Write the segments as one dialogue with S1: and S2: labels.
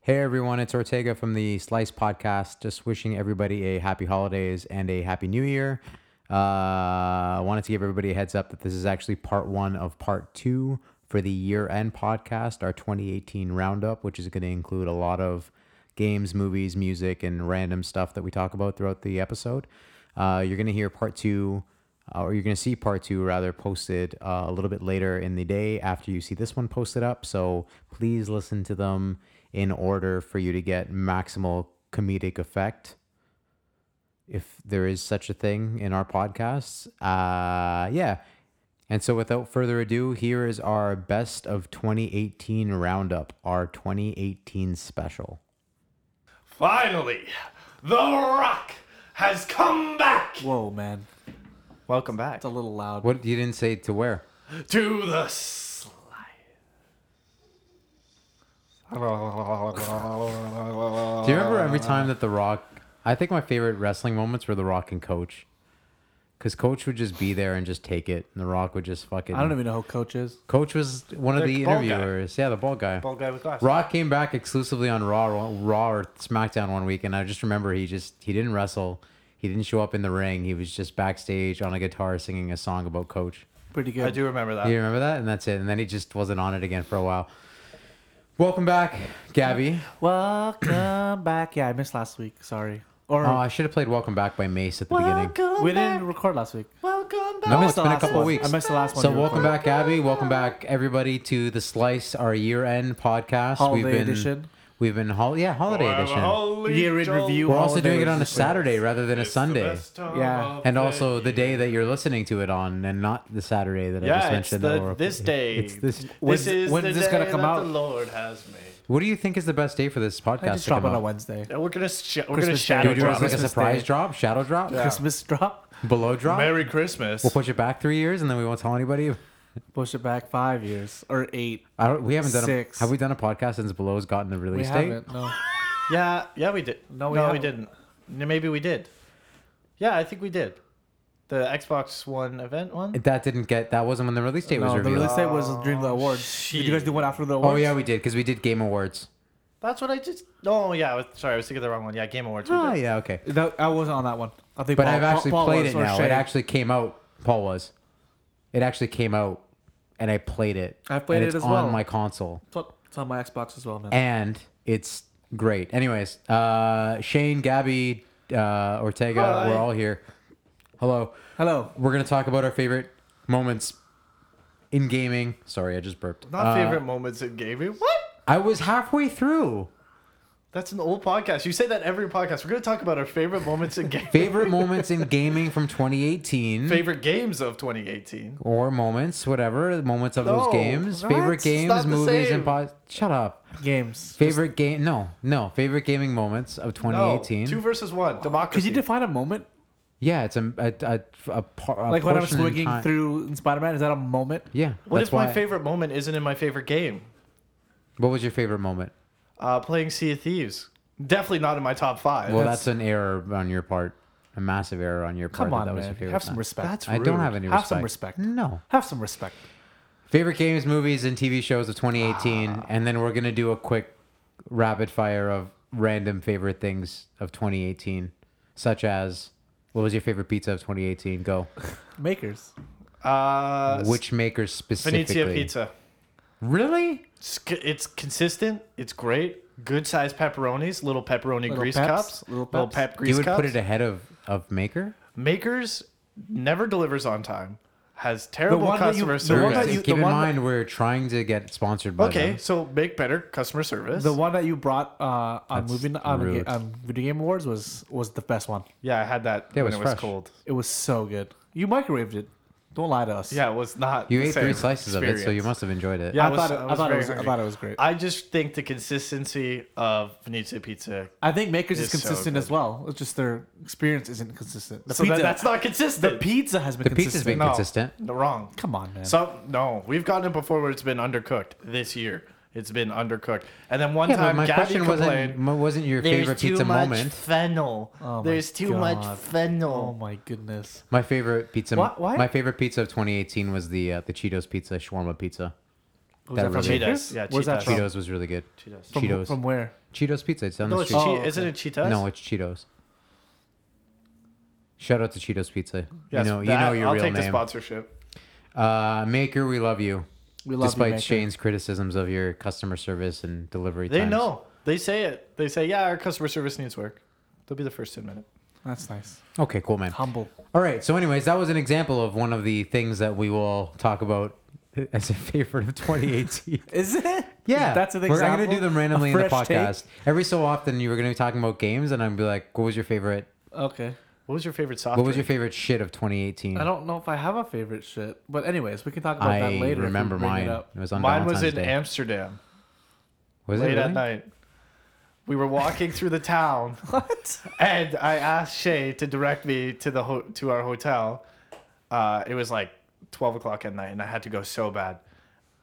S1: Hey everyone, it's Ortega from the Slice Podcast. Just wishing everybody a happy holidays and a happy new year. Uh, I wanted to give everybody a heads up that this is actually part one of part two for the year end podcast, our 2018 roundup, which is going to include a lot of games, movies, music, and random stuff that we talk about throughout the episode. Uh, you're going to hear part two, uh, or you're going to see part two rather posted uh, a little bit later in the day after you see this one posted up. So please listen to them in order for you to get maximal comedic effect if there is such a thing in our podcasts. Uh, yeah. And so, without further ado, here is our best of 2018 roundup, our 2018 special.
S2: Finally, The Rock has come back
S3: Whoa, man.
S4: Welcome back.
S3: It's a little loud.
S1: What you didn't say to where?
S2: to the slide.
S1: Do
S3: Oh,
S1: you remember every time that The Rock? I think my favorite wrestling moments were The Rock and Coach, because Coach would just be there and just take it, and The Rock would just fucking.
S3: I don't even know who Coach is.
S1: Coach was one of
S4: The
S1: the
S4: bald guy.
S1: interviewers. Yeah, the bald guy.
S4: Bald guy with glasses.
S1: Rock came back exclusively on Raw, Raw or SmackDown one week, and I just remember he just he didn't wrestle, he didn't show up in the ring. He was just backstage on a guitar singing a song about Coach.
S3: Pretty good.
S4: I do remember
S3: Uh.
S4: that.
S1: Do you remember that? And that's it. And then he just wasn't on it again for a while. Welcome back, Gabby.
S3: Welcome back. Yeah, I missed last week. Sorry. Or
S1: Oh, I should have played "Welcome Back" by Mace at the beginning.
S3: we didn't record last week.
S4: Welcome back.
S1: No,
S3: I
S1: it's
S3: missed the
S1: been a
S3: last
S1: couple
S3: one.
S1: weeks.
S3: I missed the last one.
S1: So
S3: you
S1: welcome
S3: recorded.
S1: back, Gabby. Welcome back, everybody, to the Slice, our year-end podcast.
S3: Holiday
S1: we've been,
S3: edition.
S1: We've been hol- yeah, holiday edition.
S3: Year in review.
S1: We're also
S3: holiday
S1: doing it on a
S3: edition.
S1: Saturday rather than a Sunday.
S3: Yeah.
S1: And also the day that you're listening to it on, and not the Saturday that I just
S4: Yeah, it's
S1: mentioned. that we're
S4: the,
S1: recording.
S4: this day.
S1: It's this.
S4: This
S3: When's-
S4: is
S3: when's
S4: the
S3: this
S4: day
S3: gonna come
S4: that
S3: out?
S4: The Lord has made.
S1: What do you think is the best day for this
S3: I
S1: podcast?
S3: just
S1: to
S3: drop
S1: come
S3: on a
S1: out?
S3: Wednesday.
S4: We're gonna sh- we're gonna
S3: Christmas
S4: shadow
S3: Day.
S1: Do you want
S4: drop.
S1: to make a
S3: Christmas
S1: surprise
S3: Day.
S1: drop, shadow drop,
S3: Christmas drop.
S1: below drop?
S2: Merry Christmas.
S1: We'll push it back three years, and then we won't tell anybody.
S3: Push it back five years or eight.
S1: I don't. We haven't done.
S3: Six.
S1: A, have we done a podcast since Below's gotten a
S3: We
S1: release date?
S3: haven't. No.
S4: Yeah, yeah, we did. No,
S3: we
S4: we, no, we
S3: haven't.
S4: didn't. No, Maybe we did. Yeah, I think we did. The Xbox One event one.
S1: That didn't get. That wasn't when the release date was
S3: no, the
S1: revealed.
S3: release date was during the awards. Did you guys do one after the awards?
S1: oh yeah, we did because we did Game Awards.
S4: That's what I just. Oh yeah, I was, sorry, I was thinking of the wrong one. Yeah, Game Awards. we
S1: Oh
S4: did.
S1: yeah, okay.
S3: That, I wasn't on that one. I think.
S1: But
S3: Ah, Paul-
S1: I've actually
S3: Paul- Paul
S1: played
S3: was,
S1: it
S3: or
S1: now.
S3: Shay.
S1: It actually came out. Paul was. It actually came out, and I played it.
S3: I've played
S1: and
S3: it
S1: it's
S3: as
S1: on
S3: well.
S1: my console,
S3: It's on- It's on my Xbox as well now.
S1: and it's great. Anyways, uh, Shane, Gabby, uh, Ortega,
S4: Hi.
S1: we're all here. Hello.
S3: Hello.
S1: We're gonna talk about our favorite moments in gaming. Sorry, I just burped.
S4: Not
S1: Uh,
S4: favorite moments in gaming. What?
S1: I was halfway through.
S4: That's an old podcast. You say that every podcast. We're gonna talk about our favorite moments in gaming.
S1: Favorite moments in gaming from 2018.
S4: favorite games of 2018.
S1: or moments, whatever moments of those
S4: No,
S1: games,
S4: that's
S1: favorite
S4: not
S1: games,
S4: the
S1: movies,
S4: same.
S1: and pod. Shut up.
S3: Games.
S1: Favorite game? No, no. Favorite gaming moments of
S4: No,
S1: 2018.
S4: Oh, two versus one.
S3: Could
S4: Democracy.
S3: you define a moment?
S1: yeah, it's a a a, a, par, a
S3: Like when I'm
S1: portion in
S3: swigging
S1: time.
S3: through in Spider-Man, is that a moment?
S1: Yeah.
S4: What
S1: that's
S4: if my
S1: why-
S4: favorite moment isn't in my favorite game?
S1: What was your favorite moment?
S4: Uh, playing Sea of Thieves. Definitely not in my top five.
S1: Well, that's, an error on your part, a massive error on your part.
S3: Come
S1: that
S3: on,
S1: that was
S3: man.
S1: your favorite
S3: Have some
S1: time.
S3: respect.
S4: That's
S1: I don't have any respect.
S3: Have some respect.
S1: No.
S3: Have some respect.
S1: Favorite games, movies, and TV shows of 2018,
S4: Ah.
S1: and then we're gonna do a quick rapid fire of random favorite things of 2018, such as what was your favorite pizza of 2018? Go.
S3: Makers.
S4: uh,
S1: Which makers
S4: Venetia
S1: specifically?
S4: pizza.
S1: Really?
S4: It's, c- it's consistent. It's great. Good sized pepperonis. Little pepperoni
S3: Little
S4: grease
S3: peps,
S4: cups.
S3: little peps.
S4: pep grease
S1: You would
S4: cups.
S1: put it ahead of of maker.
S4: Makers never delivers on time. Has
S3: The
S4: terrible
S3: one that you-
S4: customer
S3: the
S4: service.
S3: one that
S1: We're-
S3: you-
S1: keep
S3: the
S1: in
S3: one that-
S1: mind we're trying to get sponsored by
S4: okay,
S1: them.
S4: so make better customer service.
S3: The one that you brought uh, on movie on, the
S1: rude.
S3: ga- on video game awards was was the best one.
S4: yeah, I had that
S1: Yeah, it
S4: when
S1: was
S4: it was
S1: fresh.
S4: cold.
S3: It was so good. You microwaved it. Don't lie to us.
S4: Yeah, it was not.
S1: You
S4: the
S1: ate three
S4: same
S1: slices of it, so you
S4: experience.
S1: must have enjoyed it.
S4: Yeah,
S3: I,
S4: I was-
S3: thought it,
S4: I
S3: I,
S4: was
S3: thought it
S4: very
S3: was I
S4: hungry.
S3: thought it was great. I,
S4: I just think the consistency of Venetia pizza.
S3: think Makers is
S4: It's so
S3: consistent as
S4: good.
S3: well. It's just their experience isn't consistent. The
S4: So that, that's not consistent.
S3: the pizza has been
S1: The
S3: consistent.
S1: pizza's been
S4: No.
S1: consistent.
S4: No, wrong.
S3: Come on, man.
S4: So no, we've gotten it before where it's been undercooked. This year, it's been undercooked. And then one
S1: Yeah, but
S4: time,
S1: my
S4: Gabby
S1: question wasn't
S4: complained.
S1: mo- wasn't your favorite pizza moment.
S4: fennel.
S3: Oh my God. Oh
S4: fennel.
S3: my goodness.
S1: My favorite pizza.
S4: What- what?
S1: My favorite pizza of 2018 was the uh, the Cheetos pizza, shawarma pizza.
S3: Was
S1: That
S3: that, from
S1: really-
S3: Cheetos?
S4: Cheetos, yeah,
S3: Where's that
S4: Cheetos.
S3: from?
S1: Cheetos was really good.
S4: Cheetos.
S3: From,
S1: Cheetos.
S3: From where?
S1: Cheetos pizza. It's down
S4: No,
S1: the
S4: it's
S1: street.
S3: Oh,
S4: che-
S3: okay.
S4: isn't it Cheetos?
S1: No, it's Cheetos. Shout out to Cheetos Pizza.
S2: Yes,
S1: you know,
S2: that-
S1: you know your
S2: I'll
S1: real
S2: take the
S1: name.
S2: sponsorship.
S1: uh, Maker, we love you.
S3: We love you,
S1: Despite
S3: Maker.
S1: Shane's criticisms of your customer service and delivery
S4: They
S1: times.
S4: know. They say it. They say, yeah, our customer service needs work. They'll be the first to admit it.
S3: That's nice.
S1: Okay, cool, man.
S3: Humble.
S1: All right. So, anyways, that was an example of one of the things that we will talk about as a favorite of 2018.
S3: Is it?
S1: Yeah,
S3: That's an
S1: We're
S3: example.
S1: I'm gonna do them randomly
S3: A
S1: in the
S3: fresh take?
S1: podcast. Every so often, you were gonna be talking about games, and I'd be like, "What was your favorite?
S3: Okay.
S4: What was your favorite soft
S1: What was your
S4: drink?
S1: favorite shit of 2018?"
S3: I don't know if I have a favorite shit, but anyways, we can talk about
S1: Hmm. I
S3: that later. if we
S1: remember
S3: bring it
S1: mine. It,
S3: up.
S1: was on
S4: Mine
S1: Valentine's
S4: was in
S1: Day.
S4: Amsterdam
S1: was
S4: late
S1: it
S4: at
S1: really?
S4: night. We were walking through the town,
S3: What?
S4: and I asked Shay to direct me to the ho- to our hotel. Uh, it was like twelve o'clock at night, and I had to go so bad.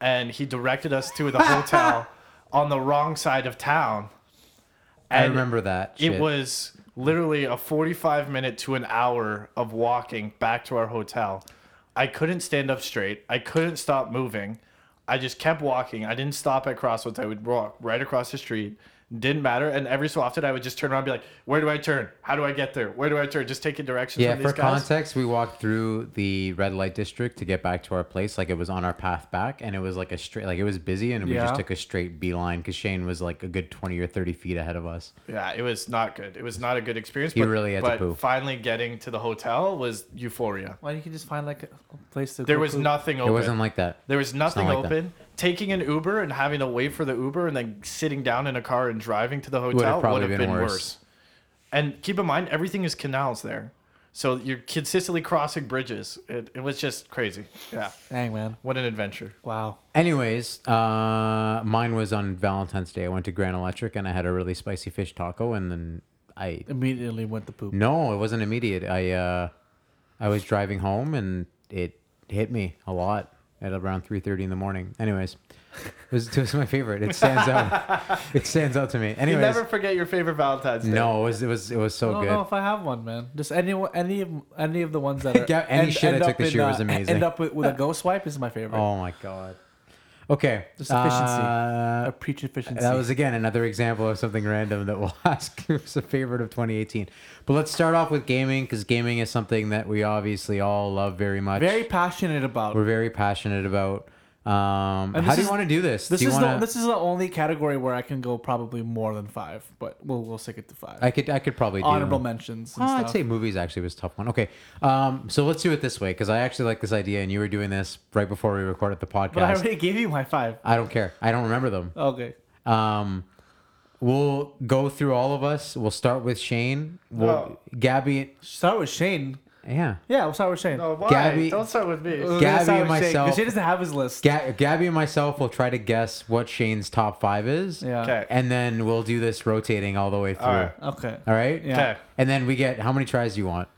S4: And he directed us to the hotel on the wrong side of town.
S1: I
S4: And
S1: remember that.
S4: It
S1: shit.
S4: was literally a 45 minute to an hour of walking back to our hotel. I couldn't stand up straight. I couldn't stop moving. I just kept walking. I didn't stop at crossroads. I would walk right across the street. Didn't matter. And every so often, I would just turn around and be like, where do I turn? How do I get there? Where do I turn? Just taking directions
S1: Yeah,
S4: from these
S1: for
S4: guys.
S1: context, we walked through the red light district to get back to our place. Like it was on our path back, and it was like a straight, like it was busy, and we just
S3: Yeah.
S1: took a straight beeline because Shane was like a good twenty or thirty feet ahead of us.
S4: Yeah, it was not good. It was not a good experience.
S1: He really had to
S4: but
S1: poo.
S4: finally getting to the hotel was euphoria.
S3: Why don't you just find like a place to?
S4: There
S3: go
S4: was
S3: poop?
S4: nothing open.
S1: It wasn't like that.
S4: There was nothing
S1: like that.
S4: open. Taking an Uber and having to wait for the Uber and then sitting down in a car and driving to the hotel would
S1: probably
S4: have been,
S1: been
S4: worse.
S1: worse.
S4: And keep in mind, everything is canals there. So you're consistently crossing bridges. It, it was just crazy. Yeah.
S3: Dang man!
S4: What an adventure.
S3: Wow.
S1: Anyways, uh, mine was on Valentine's Day. I went to Grand Electric and I had a really spicy fish taco, and then I
S3: Immediately went to poop.
S1: no, it wasn't immediate. I uh, I was driving home and it hit me a lot at around three thirty in the morning. Anyways, it was, it was my favorite. It stands out. it stands out to me.
S4: You
S1: Anyways,
S4: never forget your favorite Valentine's Day.
S1: no, it was it was it was so
S3: I don't
S1: good.
S3: know if I have one, man. Just any any of any of the ones that are
S1: Yeah, any shit I
S3: end
S1: took
S3: up
S1: this
S3: in,
S1: year was
S3: uh,
S1: amazing.
S3: End up with, with a ghost wipe is my favorite.
S1: Oh my god. Okay,
S3: Just efficiency.
S1: uh,
S3: A preach efficiency.
S1: That was again another example of something random that we'll ask who's a favorite of 2018. But let's start off with gaming because gaming is something that we obviously all love very much.
S3: very passionate about.
S1: we're very passionate about. Um,
S3: And
S1: how
S3: this
S1: do you
S3: is-
S1: want to do this?
S3: This
S1: do you
S3: is
S1: wanna,
S3: the this is the only category where I can go probably more than five, but we'll we'll stick it to five.
S1: I could I could probably do
S3: Honorable mentions. And
S1: Oh, I'd
S3: stuff.
S1: say movies actually was a tough one. Okay, um, so let's do it this way because I actually like this idea, and you were doing this right before we recorded the podcast.
S3: but I already gave you my five.
S1: I don't care. I don't remember them.
S3: Okay.
S1: Um, we'll go through all of us. We'll start with Shane. We'll
S4: Oh.
S1: Gabby.
S3: Start with Shane.
S1: Yeah.
S3: Yeah, we'll start with Shane.
S4: No, Oh, why?
S1: Gabby-
S4: Don't start with me.
S3: We're gonna
S1: Gabby
S3: start
S1: and
S3: with Shane, 'cause
S1: myself-
S3: Shane doesn't have his list.
S1: Ga- Gabby and myself will try to guess what Shane's top five is.
S3: yeah.
S4: Okay.
S1: And then we'll do this rotating all the way through. All right.
S4: right.
S3: Okay.
S1: Yeah.
S3: Yeah.
S4: Okay.
S1: And then we get how many tries do you want?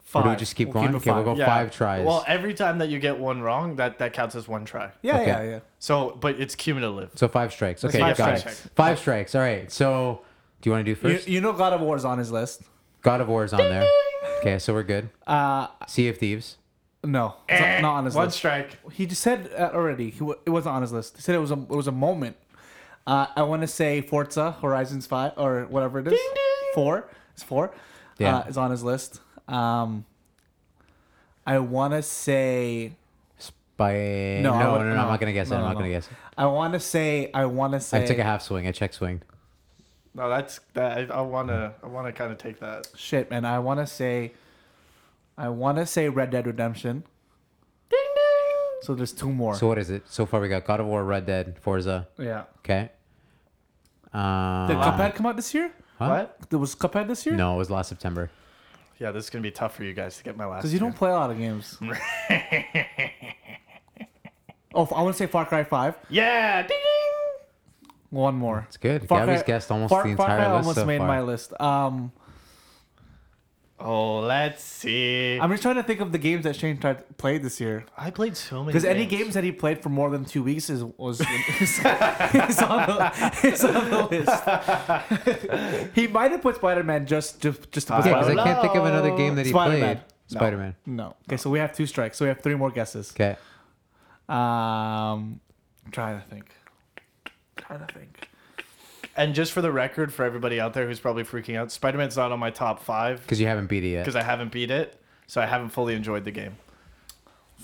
S3: Five.
S1: Or do we just keep
S3: We'll
S1: going?
S3: it
S1: okay, we'll
S3: five.
S1: go five tries.
S4: Well, every time that you get one wrong, that, that counts as one try.
S3: Yeah,
S1: Okay.
S3: yeah, yeah.
S4: So, but it's cumulative.
S1: so five strikes. Okay,
S4: five
S1: got
S4: strikes.
S1: it. Five strikes. All right. So do you want to do
S3: You,
S1: first?
S3: you know God of War is on his list.
S1: God of War is on there. Okay, so we're good.
S3: Uh,
S1: Sea of Thieves.
S3: no, it's
S4: Eh,
S3: not, not on his
S4: One
S3: list.
S4: strike.
S3: He just said uh, already. He w- it wasn't on his list. He said it was a it was a moment. Uh, I want to say Forza Horizons Five or whatever it is. Four. It's four.
S1: Yeah.
S3: Uh, is on his list. Um, I want to say.
S1: By
S3: No,
S1: no,
S3: I
S1: no,
S3: would-
S1: no, I'm
S3: no.
S1: not gonna guess it.
S3: No,
S1: I'm
S3: no,
S1: not
S3: no.
S1: gonna guess it.
S3: I want to say. I want to
S1: I
S3: say.
S1: took a half swing. I check swing.
S4: No, that's that. I, I wanna, I wanna kind of take that.
S3: Shit, man. I want to say. I want to say Red Dead Redemption. So there's two more.
S1: So what is it? So far we got God of War, Red Dead, Forza.
S3: yeah.
S1: Okay. Um,
S3: Did Cuphead come out this year?
S1: huh?
S4: What?
S3: There was Cuphead this year?
S1: No, it was last September.
S4: Yeah, this is gonna be tough for you guys to get my last.
S3: Because you don't
S4: two.
S3: play a lot of games. oh, I want to say Far Cry 5.
S4: Yeah. Ding, ding.
S3: One more.
S1: It's good. Gabby's guessed almost
S3: Far,
S1: the
S3: Far
S1: entire
S3: Cry
S1: list.
S3: almost
S1: so
S3: made
S1: far.
S3: my list. Um,
S4: Oh, let's see.
S3: I'm just trying to think of the games that Shane tried played this year.
S4: I played so many.
S3: Because any games that he played for more than two weeks is was is, is on, the, is on the list. he might have put Spider Man just to, just to put
S1: Yeah,
S3: Spider
S1: because
S3: Man.
S1: I can't think of another game that he
S3: Spider-Man.
S1: played.
S4: No.
S1: Spider Man.
S3: No. Okay, so we have two strikes. So we have three more guesses.
S1: Okay.
S3: Um,
S4: I'm trying to think.
S3: Trying to think.
S4: And just for the record, for everybody out there who's probably freaking out, Spider Man's not on my top five
S1: Because you haven't beat it yet.
S4: because I haven't beat it, so I haven't fully enjoyed the game.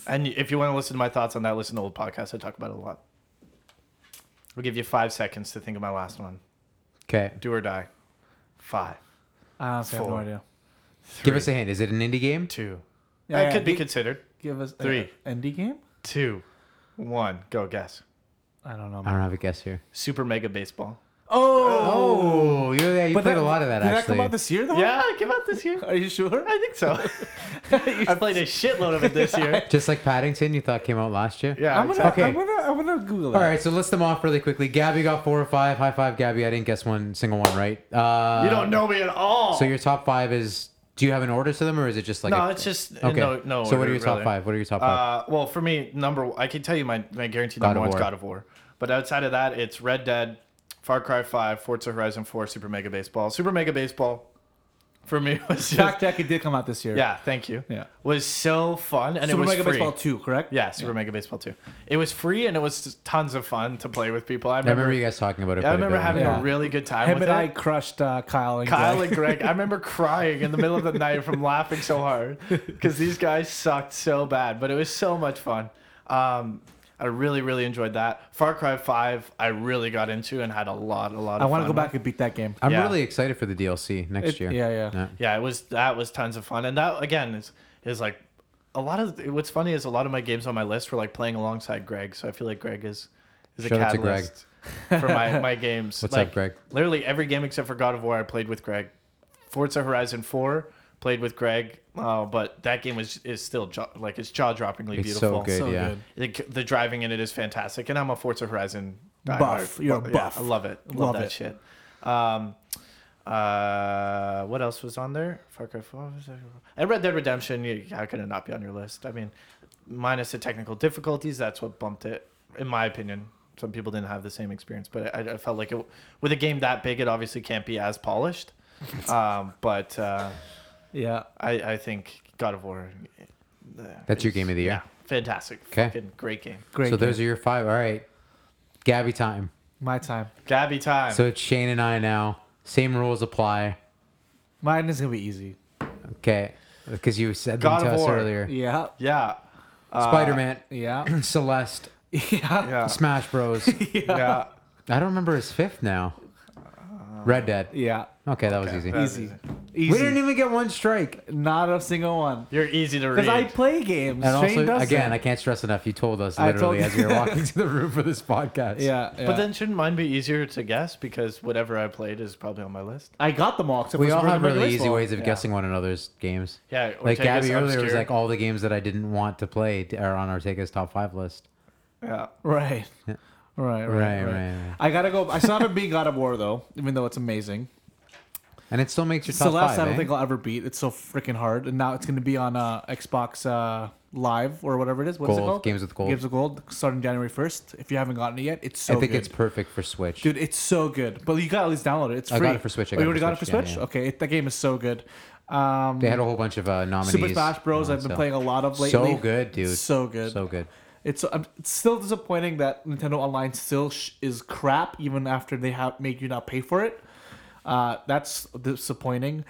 S4: And if you want to listen to my thoughts on that, listen to old podcasts. I talk about it a lot. I'll give you five seconds to think of my last one.
S1: Okay.
S4: Do or die. Five,
S3: Uh, I honestly have no
S4: Four.
S3: idea.
S1: Give us a hint. Is it an indie game?
S4: two.
S3: Yeah,
S4: that
S3: yeah,
S4: could be
S3: gi-
S4: considered.
S3: Give us
S4: Three.
S3: Indie game?
S4: Two, one. Go guess.
S3: I don't know.
S1: I don't have a guess here.
S4: Super Mega Baseball.
S3: Oh,
S1: Oh, you, yeah, you played a lot of that
S3: did
S1: actually.
S3: Did that come out this year though?
S4: Yeah, it came out this year.
S3: Are you sure?
S4: I think so. I played a shitload of it this year.
S1: Just like Paddington, you thought came out last year.
S4: Yeah,
S3: I'm gonna,
S1: Okay.
S3: I'm gonna, I'm gonna Google it.
S1: All right, so list them off really quickly. Gabby got four or five. High five, Gabby. I didn't guess one single one right. Uh,
S4: You don't know me at all.
S1: So your top five is. Do you have an order to them, or is it just like?
S4: no,
S1: a-
S4: it's just uh,
S1: okay.
S4: no, no.
S1: so what are your
S4: really.
S1: top five? What are your top five?
S4: Uh, well, for me, number I can tell you my, my guaranteed
S1: God
S4: number
S1: of
S4: one's
S1: War.
S4: God of War. But outside of that, it's Red Dead, Far Cry Five, Forza Horizon Four, Super Mega Baseball. Super Mega Baseball, for me was
S3: Jack
S4: just,
S3: Jack it did come out this year.
S4: yeah, thank you.
S3: Yeah.
S4: was so fun and
S3: Super
S4: it was
S3: Mega
S4: free.
S3: Baseball 2, correct?
S4: Yeah, Super Mega Baseball Two. It was free and it was just tons of fun to play with people. I
S1: I
S4: remember,
S1: remember you guys talking about it.
S4: I
S1: quite a
S4: remember
S1: bit.
S4: having
S3: Yeah.
S4: a really good time
S3: Him
S4: with
S3: and
S4: it.
S3: I crushed uh, Kyle and
S4: Kyle
S3: Greg.
S4: and Greg. I remember crying in the middle of the night from laughing so hard because these guys sucked so bad, but it was so much fun. Um, I really, really enjoyed that. Far Cry Five, I really got into and had a lot, a lot. Of
S3: I want to
S4: fun
S3: go back
S4: with.
S3: and beat that game.
S1: I'm
S4: yeah.
S1: really excited for the DLC next
S3: It-
S1: year.
S3: yeah, yeah.
S4: Yeah, it was that was tons of fun, and that again is is like a lot of. What's funny is a lot of my games on my list were like playing alongside Greg, so I feel like Greg is is a
S1: Shout out to Greg.
S4: catalyst for my my games.
S1: What's
S4: like,
S1: up, Greg?
S4: Literally every game except for God of War I played with Greg. Forza Horizon 4 played with Greg, uh, but that game is is still jaw, like it's jaw droppingly
S1: It's
S4: beautiful.
S1: so good.
S3: So
S1: yeah.
S3: good.
S4: The, the driving in it is fantastic, and I'm a Forza Horizon diehard.
S3: Buff. You're a
S4: Yeah,
S3: buff.
S4: I love it. Love,
S3: Love
S4: that
S3: it.
S4: shit. Um, uh, what else was on there? Far Cry 4. And Red Dead Redemption. you- How could it not be on your list? I mean, minus the technical difficulties, that's what bumped it, in my opinion. Some people didn't have the same experience, but I, I felt like it, with a game that big, it obviously can't be as polished. Um, but uh,
S3: Yeah.
S4: I, I think God of War. uh,
S1: That's your
S4: is-
S1: game of the year.
S4: Yeah, fantastic.
S1: 'Kay.
S4: Fucking great game.
S3: Great.
S1: so
S3: game.
S1: those are your five. All right, Gabby time.
S3: my time.
S4: Gabby time.
S1: So it's Shane and I now. Same rules apply.
S3: Mine is gonna be easy.
S1: Okay, because you said them
S4: God
S1: to
S4: of
S1: us
S4: War.
S1: earlier.
S3: Yeah.
S4: yeah. Uh,
S1: Spider Man,
S3: Yeah.
S1: Celeste,
S3: Yeah.
S4: Yeah.
S1: Smash Bros.
S4: yeah.
S1: I don't remember his fifth now. Red Dead.
S3: Yeah.
S1: Okay, that was easy.
S4: that-
S3: Easy. Easy.
S1: We didn't even get one strike.
S3: Not a single one.
S4: You're easy to read.
S3: Because I play games.
S1: And
S3: Shane
S1: also,
S3: does
S1: again, I
S3: that.
S1: can't stress enough. You told us
S3: I
S1: literally
S3: told-
S1: as we were walking to the room for this podcast.
S3: Yeah, yeah.
S4: But then shouldn't mine be easier to guess because whatever I played is probably on my list?
S3: I got them all. except
S1: We
S3: for
S1: all
S3: Super
S1: have
S3: Mario
S1: really easy
S3: Baseball.
S1: ways of
S3: Yeah.
S1: guessing one another's games.
S4: Yeah.
S1: Like
S4: Ortega's
S1: Gabby earlier was
S4: obscure.
S1: like all the games that I didn't want to play t- are on Ortega's top five list.
S4: yeah.
S3: Right. Right,
S1: Right,
S3: right, right,
S1: right, right.
S3: I gotta go. I still haven't beat God of War though, even though it's amazing.
S1: And it still makes your top
S3: Celeste, I
S1: five.
S3: don't
S1: eh?
S3: think I'll ever beat. It's so freaking hard, and now it's gonna be on uh, Xbox uh, Live or whatever it is. What's it
S1: Gold.
S3: called?
S1: Games with Gold.
S3: Games with Gold, starting January first. If you haven't gotten it yet, it's
S1: I
S3: so.
S1: think
S3: good.
S1: it's perfect for Switch.
S3: Dude, it's so good. But you gotta at least download it. It's
S1: I
S3: free.
S1: got it for Switch, I
S3: Oh,
S1: got
S3: you
S1: it
S3: already
S1: for
S3: got it for
S1: Switch, yeah,
S3: Switch?
S1: yeah.
S3: Okay, it, that game is so good. Um,
S1: They had a whole bunch of uh, nominees.
S3: Super Smash Bros.
S1: and
S3: I've been
S1: stuff.
S3: playing a lot of lately.
S1: So good, dude.
S3: So good.
S1: So good.
S3: It's, um, it's still disappointing that Nintendo Online still sh- is crap, even after they have made you not pay for it. Uh, that's disappointing.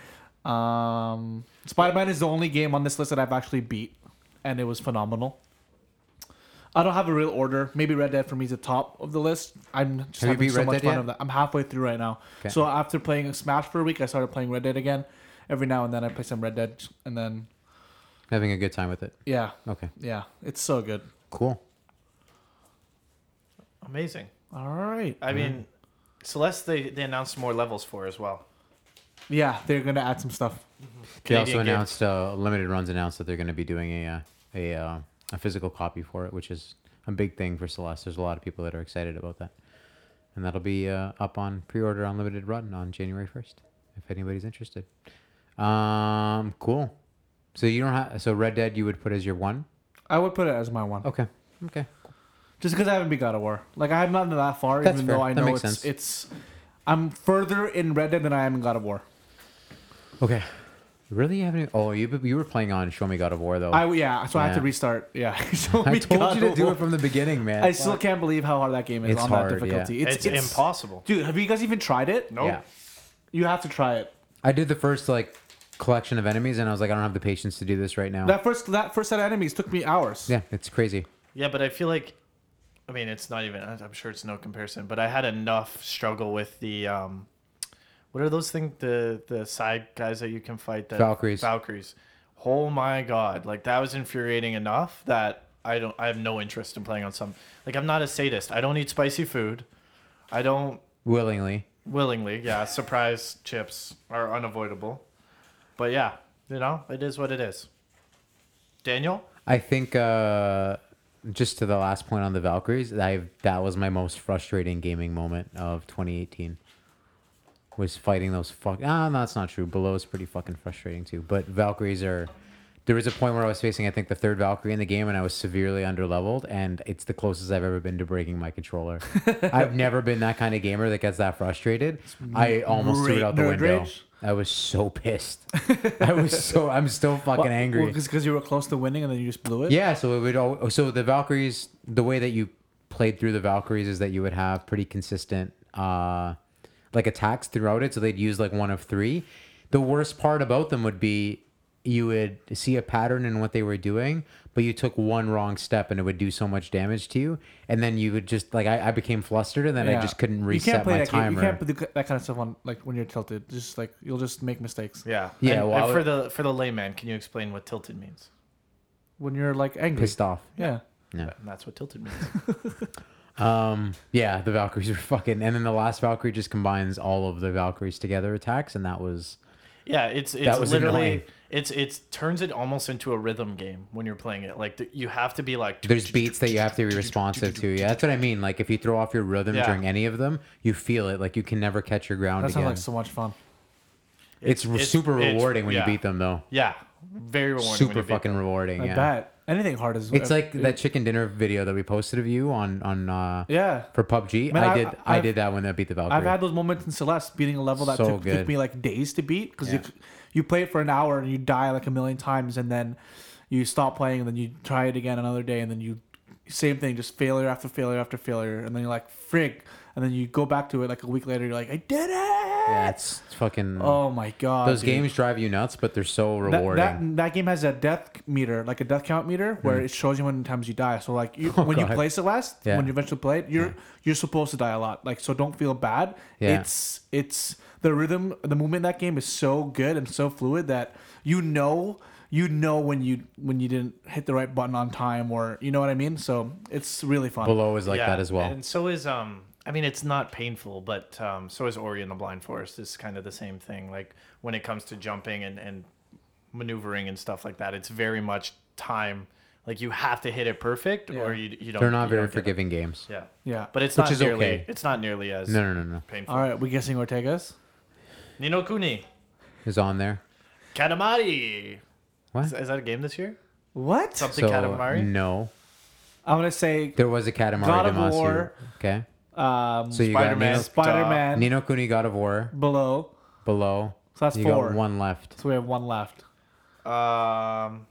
S3: Um, Spider Man is the only game on this list that I've actually beat, and it was phenomenal. I don't have a real order. Maybe Red Dead for me is the top of the list. I'm
S1: Have
S3: just
S1: you
S3: having
S1: beat
S3: so
S1: Red
S3: much
S1: Dead
S3: fun
S1: yet?
S3: of that. I'm halfway through right now.
S1: Okay.
S3: So after playing Smash for a week, I started playing Red Dead again. Every now and then I play some Red Dead, and then
S1: Having a good time with it.
S3: yeah,
S1: Okay,
S3: yeah, it's so good.
S1: cool.
S4: Amazing.
S3: All right.
S1: Mm-hmm.
S4: I mean, Celeste, they, they announced more levels for as well.
S3: Yeah, they're gonna add some stuff.
S1: They
S4: Canadian
S1: also
S4: game.
S1: announced uh, limited runs announced that they're going to be doing a uh, a uh, a physical copy for it, which is a big thing for Celeste. There's a lot of people that are excited about that, and that'll be uh, up on pre-order on limited run on January 1st if anybody's interested. Um, cool. So you don't have so Red Dead you would put as your one.
S3: I would put it as my one,
S1: Okay. Okay.
S3: just because I haven't beat God of War. Like I have not been that far,
S1: That's
S3: even
S1: fair.
S3: though I
S1: That
S3: know
S1: makes
S3: it's
S1: sense.
S3: it's. I'm further in Red Dead than I am in God of War.
S1: Okay. Really? You haven't? Oh, you you were playing on Show Me God of War though.
S3: I yeah, so I had to
S1: Oh. Yeah.
S3: restart. Yeah, so
S1: I
S3: we
S1: told
S3: got
S1: you to do
S3: over-
S1: it from the beginning, man.
S3: I still can't believe how hard that game is
S1: It's
S3: on
S1: hard, yeah.
S3: that difficulty.
S4: It's, impossible.
S3: Dude, have you guys even tried it?
S4: No.
S1: Yeah.
S3: You have to try it.
S1: I did the first like collection of enemies, and I was like, I don't have the patience to do this right now.
S3: That first that first set of enemies took me hours.
S1: yeah, it's crazy.
S4: Yeah, but I feel like, I mean, it's not even. I- I'm sure it's no comparison. But I had enough struggle with the, um, what are those things? The the side guys that you can fight. That,
S1: Valkyries.
S4: Valkyries. Oh my god! Like that was infuriating enough that I don't. I have no interest in playing on some. Like I'm not a sadist. I don't eat spicy food. I don't
S1: Willingly,
S4: willingly. Yeah, surprise chips are unavoidable. But yeah, you know, it is what it is. Daniel.
S1: I think uh, just to the last point on the Valkyries, I that was my most frustrating gaming moment of 2018. Was fighting those fuck. Ah, no, that's not true. Below is pretty fucking frustrating too. But Valkyries are. There was a point where I was facing, I think, the third Valkyrie in the game, and I was severely underleveled, and it's the closest I've ever been to breaking my controller. I've never been that kind of gamer that gets that frustrated. I almost threw it
S3: great
S1: out the
S3: nerd
S1: window.
S3: rage.
S1: I was so pissed. I was so. I'm still fucking angry.
S3: Because you were close to winning and then you just blew it.
S1: Yeah, so it would all. So the Valkyries, the way that you played through the Valkyries is that you would have pretty consistent, uh, like attacks throughout it. So they'd use like one of three. The worst part about them would be you would see a pattern in what they were doing, but you took one wrong step and it would do so much damage to you. And then you would just like I, I became flustered and then I
S3: Yeah.
S1: just couldn't
S3: you
S1: reset
S3: can't play
S1: my
S3: that
S1: timer.
S3: Game. You can't put the- that kind of stuff on like when you're tilted. Just like you'll just make mistakes.
S4: Yeah.
S1: Yeah,
S4: And,
S1: well, I
S4: and
S1: would-
S4: for the for the layman, can you explain what tilted means?
S3: When you're like angry.
S1: Pissed off.
S3: Yeah.
S4: And that's what tilted means.
S1: Um, yeah, the Valkyries were fucking, and then the last Valkyrie just combines all of the Valkyries together attacks, and that was
S4: yeah, it's it's
S1: That was
S4: literally
S1: annoying.
S4: it's it's turns it almost into a rhythm game when you're playing it. Like th- you have to be like
S1: there's beats that you have to be responsive to. Yeah, that's what I mean. Like if you throw off your rhythm
S4: Yeah.
S1: during any of them, you feel it. Like you can never catch your ground
S3: That
S1: again.
S3: sounds like so much fun.
S1: it's,
S4: it's-
S1: super
S4: it's-
S1: rewarding when
S4: yeah.
S1: you beat them, though.
S4: Yeah, very rewarding. when you
S1: super
S4: beat
S1: fucking
S4: them.
S1: rewarding.
S3: I
S1: yeah.
S3: bet anything hard is. uh,
S1: It's like that chicken dinner video that we posted of you on on uh,
S3: Yeah.
S1: for PUBG.
S3: Man,
S1: I
S3: I-
S1: did I,
S3: I've-
S1: did that when I beat the Valkyrie.
S3: I've had those moments in Celeste beating a level that
S1: So
S3: took,
S1: good.
S3: took me like days to beat because
S1: Yeah.
S3: you, you play it for an hour and you die like a million times and then you stop playing and then you try it again another day and then you same thing just failure after failure after failure and then you're like frig and then you go back to it like a week later you're like I did it
S1: yeah, it's it's fucking
S3: oh my god
S1: those
S3: dude.
S1: games drive you nuts, but they're so
S3: that,
S1: rewarding. Hmm.
S3: that, that game has a death meter, like a death count meter, where it shows you how many times you die. So like you, when
S1: Oh, God.
S3: you play Celeste,
S1: Yeah.
S3: when you eventually play it, you're you're supposed to die a lot. Like so, don't feel bad.
S1: Yeah.
S3: It's it's the rhythm, the movement in that game is so good and so fluid that you know you know when you when you didn't hit the right button on time or you know what I mean. So it's really fun.
S1: Below is like
S4: Yeah,
S1: that as well.
S4: And so is um. I mean, it's not painful, but um, so is Ori in the Blind Forest. It's kind of the same thing. Like when it comes to jumping and and maneuvering and stuff like that, it's very much time. Like you have to hit it perfect, or you you don't.
S1: they're not
S4: you
S1: very
S4: don't get it.
S1: forgiving games.
S4: Yeah.
S3: Yeah.
S4: But it's
S1: Which
S4: not
S1: is
S4: nearly
S1: okay.
S4: it's not nearly as
S1: No, no, no, no.
S4: painful.
S3: all right, we guessing Ortega's.
S4: Nino Kuni,
S1: Is on there.
S4: Katamari.
S1: What?
S4: Is, is that a game this year?
S3: What?
S4: Something
S1: So
S4: Katamari?
S1: no,
S3: I'm gonna say
S1: there was a Katamari
S3: God of
S1: Damacy.
S3: War.
S1: Okay,
S3: um,
S1: so you
S4: Spider-Man.
S1: got
S3: Spider
S1: Nino,
S3: Man
S1: Nino Kuni God of War.
S3: below.
S1: below.
S3: So that's
S1: you
S3: four.
S1: got one left.
S3: So we have one left.
S4: Um,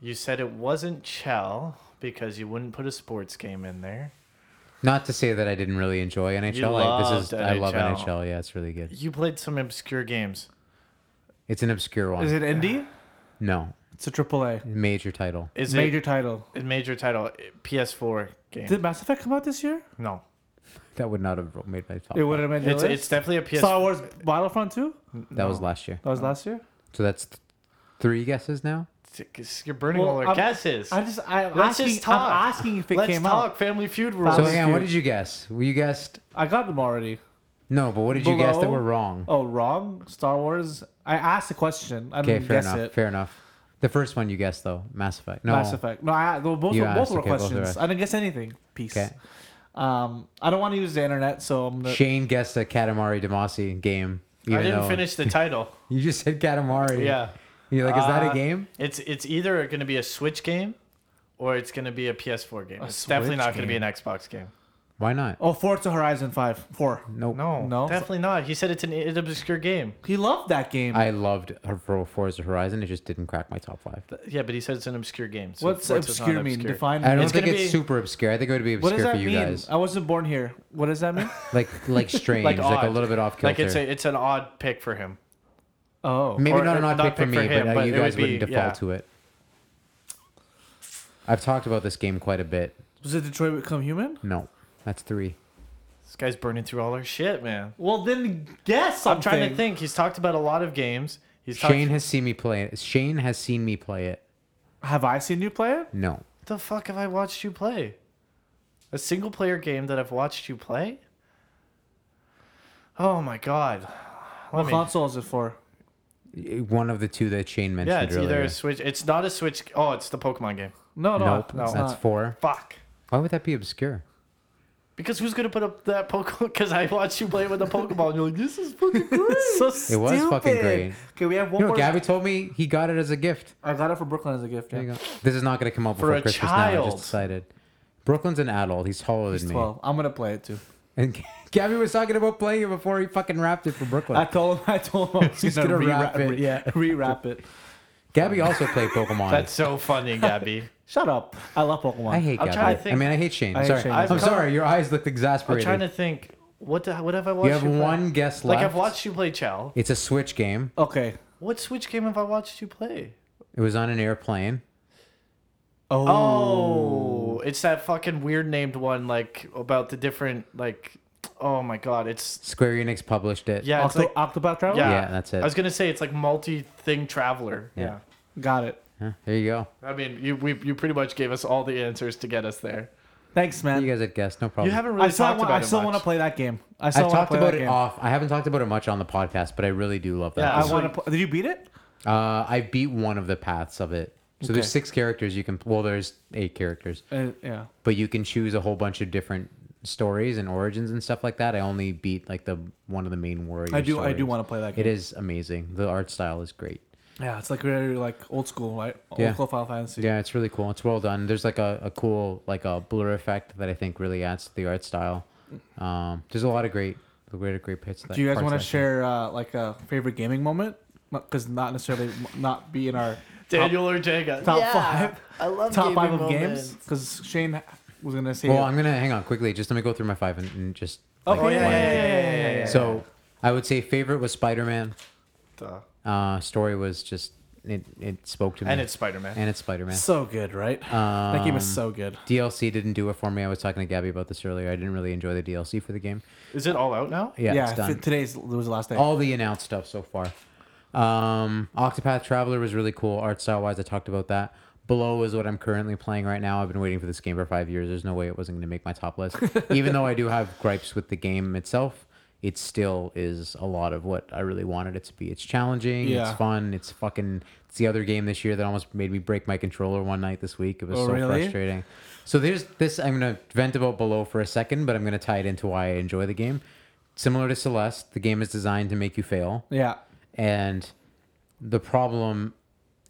S4: you said it wasn't Chell because you wouldn't put a sports game in there.
S1: Not to say that I didn't really enjoy NHL.
S4: You
S1: like, this is
S4: loved
S1: I love
S4: NHL.
S1: NHL. Yeah, it's really good.
S4: You played some obscure games.
S1: It's an obscure one.
S3: Is it indie?
S1: no,
S3: It's a triple A.
S1: major title.
S4: Is
S3: major title.
S4: it a major title? PS4 game?
S3: Did Mass Effect come out this year?
S4: no,
S1: That would not have made my top.
S3: It would have been.
S4: it's it's definitely a PS.
S3: Star Wars Battlefront 2?
S1: five. that was last year.
S3: That was last year.
S1: So that's th- three guesses now.
S4: You're burning
S3: Well,
S4: all our
S3: I'm-
S4: guesses.
S3: I just I am
S4: Let's
S3: asking,
S4: just talk.
S3: I'm asking if it
S4: Let's
S3: came
S4: talk.
S3: out.
S4: Family Feud rules.
S1: So
S3: was
S1: hang on, what
S3: cute.
S1: did you guess? Well, you guessed
S3: I got them already.
S1: no, but what did you guess that
S3: Below.
S1: were wrong?
S3: Oh, wrong. Star Wars. I asked the question. I
S1: okay,
S3: didn't
S1: fair
S3: guess
S1: enough.
S3: it.
S1: Fair enough. The first one you guessed though, Mass Effect. No,
S3: Mass Effect. No, I, well, both,
S1: You
S3: were, both
S1: asked,
S3: were
S1: okay, both were
S3: questions.
S1: right.
S3: I didn't guess anything. Peace.
S1: Okay.
S3: Um, I don't want to use the internet, so I'm gonna.
S1: Shane guessed a Katamari Damacy game.
S4: I
S1: even
S4: didn't
S1: though-
S4: finish the title.
S1: You just said Katamari.
S4: yeah.
S1: You're like, is that
S4: Uh,
S1: a game?
S4: It's it's either going to be a Switch game, or it's going to be a PS4 game. it's definitely
S3: Switch
S4: not going to be
S3: game.
S4: an Xbox game.
S1: Why not?
S3: Oh, Forza Horizon 5. 4.
S1: Nope.
S4: No,
S3: No.
S4: definitely not. He said it's an, an obscure game.
S3: He loved that game.
S1: I loved For- Forza Horizon. It just didn't crack my top five.
S4: Yeah, but he said it's an obscure game. so
S3: What's
S4: Forza's not
S3: obscure mean? Define
S1: I don't
S4: Mm. It's
S1: think
S4: gonna
S1: it's
S4: be-
S1: super obscure. I think it would be
S3: What does
S1: obscure
S3: that
S1: for you
S3: mean?
S1: guys.
S3: I wasn't born here. What does that mean?
S1: Like like strange, like, a
S4: odd.
S1: little bit off kilter.
S4: Like it's a, it's an odd pick for him.
S3: oh.
S1: Maybe
S4: or-
S1: not an
S4: or
S1: odd
S4: not
S1: pick for
S4: pick
S1: me,
S4: for him,
S1: but, uh,
S4: but
S1: you
S4: it
S1: guys
S4: would
S1: would not
S4: be-
S1: default
S4: yeah.
S1: to it. I've talked about this game quite a bit.
S3: Was it Detroit Become Human?
S1: No, that's three.
S4: This guy's burning through all our shit, man.
S3: Well, then guess
S4: I'm trying to think. He's talked about a lot of games. He's talked.
S1: Shane has seen me play it. Shane has seen me play it.
S3: Have I seen you play it?
S1: No,
S4: What the fuck have I watched you play? A single player game that I've watched you play? Oh my god. Let
S3: What
S4: me-
S3: console is it for?
S1: one of the two that Shane mentioned
S4: yeah, it's
S1: earlier.
S4: either a Switch. It's not a Switch. Oh, it's the Pokemon game.
S3: No, no.
S1: nope,
S3: no, it's
S1: that's
S3: not.
S1: four.
S4: Fuck.
S1: Why would that be obscure?
S4: Because who's gonna put up that Pokemon? Because I watched you play with the Pokemon. And you're like, this is fucking great.
S3: It's so stupid.
S1: It was fucking great.
S3: Okay, we have one
S1: You know,
S3: more.
S1: Gabby told me he got it as a gift.
S3: I got it for Brooklyn as a gift.
S1: There you
S3: Yeah.
S1: go. This is not going to come up before
S4: a
S1: Christmas now. I just
S4: child.
S1: decided. Brooklyn's an adult. He's taller
S3: He's
S1: than me.
S3: 12. I'm gonna play it too.
S1: And Gabby was talking about playing it before he fucking wrapped it for Brooklyn.
S3: I told him. I told him I was
S1: He's
S3: gonna,
S1: gonna
S3: re-wrap
S1: wrap it.
S3: it. Yeah, rewrap it.
S1: Gabby also played Pokemon.
S4: That's so funny, Gabby.
S3: Shut up. I love Pokemon.
S1: I hate
S4: I'm trying to
S1: Gabby. I
S4: think.
S1: mean, I hate Shane.
S3: I hate
S1: sorry.
S3: Shane.
S1: I'm
S4: I've come-
S1: sorry. Your eyes looked
S4: I'm
S1: exasperated.
S4: trying to think. What the, what have I watched?
S1: you have
S4: play?
S1: one guess
S4: Like
S1: left.
S4: I've watched you play Chow.
S1: It's a Switch game.
S3: Okay.
S4: What Switch game have I watched you play?
S1: It was on an airplane.
S4: Oh, it's that fucking weird named one, like about the different, like, oh my god, it's
S1: Square Enix published it.
S4: yeah, it's
S3: Octo-
S4: like
S3: Octopath Traveler.
S4: yeah,
S1: Yeah, that's it.
S4: I was gonna say it's like multi-thing traveler. Yeah,
S1: Yeah.
S3: Got it.
S1: Huh, There you go.
S4: I mean, you we, you pretty much gave us all the answers to get us there.
S3: Thanks, man.
S1: You guys had guessed. No problem.
S4: You haven't really
S3: I still,
S4: talked
S3: want,
S4: about
S3: I still
S4: it
S3: want to
S4: much.
S3: play that game. I
S1: I
S3: still want
S1: talked
S3: to play
S1: about
S3: that
S1: it
S3: game.
S1: off. I haven't talked about it much on the podcast, but I really do love that.
S4: Yeah,
S1: game.
S3: I
S4: So-
S3: want to. Pl- Did you beat it?
S1: Uh, I beat one of the paths of it. So
S3: Okay.
S1: there's six characters you can. Well, there's eight characters,
S3: Uh, yeah.
S1: but you can choose a whole bunch of different stories and origins and stuff like that. I only beat like the one of the main warriors.
S3: I do. I do want to play that game.
S1: It is amazing. The art style is great.
S3: Yeah, it's like very like old school, right?
S1: Yeah.
S3: Old school Final Fantasy.
S1: Yeah, it's really cool. It's well done. There's like a, a cool like a blur effect that I think really adds to the art style. Um, there's a lot of great, great, great bits. that-
S3: Do you guys
S1: parts
S3: want
S1: that I
S3: to share uh, like a favorite gaming moment? Because not necessarily not be in our
S4: Daniel or Jenga.
S3: top five,
S4: I love
S3: top five of games. Because Shane was gonna say.
S1: Well, I'm gonna hang on quickly. Just let me go through my five and, and just.
S3: okay,
S4: Oh
S1: like,
S4: yeah,
S1: one.
S4: yeah, yeah, yeah, yeah, yeah.
S1: So I would say favorite was Spider Man.
S4: Duh.
S1: Uh, story was just it, it spoke to me.
S4: and it's Spider-Man.
S1: and it's Spider Man.
S3: so good, right? that game is
S1: Um,
S3: so good.
S1: DLC didn't do it for me. I was talking to Gabby about this earlier. I didn't really enjoy the DLC for the game.
S4: Is it all out now?
S1: Yeah, it's
S3: if
S1: done.
S3: it- today's it was the last day.
S1: All the announced stuff so far. Um, Octopath Traveler was really cool art style wise. I talked about that. Below is what I'm currently playing right now. I've been waiting for this game for five years. There's no way it wasn't going to make my top list. Even though I do have gripes with the game itself, it still is a lot of what I really wanted it to be. It's challenging.
S3: Yeah.
S1: It's fun. It's fucking. It's the other game this year that almost made me break my controller one night this week. It was
S3: Oh,
S1: so
S3: really?
S1: frustrating. So there's this. I'm gonna vent about below for a second, but I'm gonna tie it into why I enjoy the game. Similar to Celeste, the game is designed to make you fail,
S3: yeah,
S1: and the problem,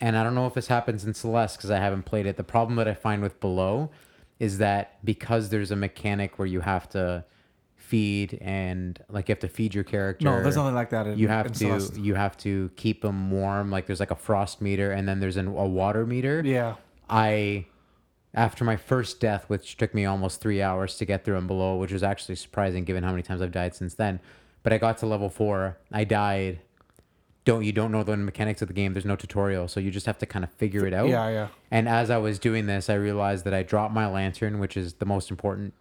S1: and I don't know if this happens in Celeste because I haven't played it. The problem that I find with below is that because there's a mechanic where you have to feed and like you have to feed your character.
S3: no, there's nothing like that. In,
S1: You have
S3: in
S1: to
S3: Celeste.
S1: you have to keep them warm. Like there's like a frost meter, and then there's an, a water meter.
S3: Yeah,
S1: I, after my first death, which took me almost three hours to get through and below, which was actually surprising given how many times I've died since then. But I got to level four. I died. Don't you don't know the mechanics of the game? There's no tutorial, so you just have to kind of figure it out.
S3: Yeah, yeah.
S1: And as I was doing this, I realized that I dropped my lantern, which is the most important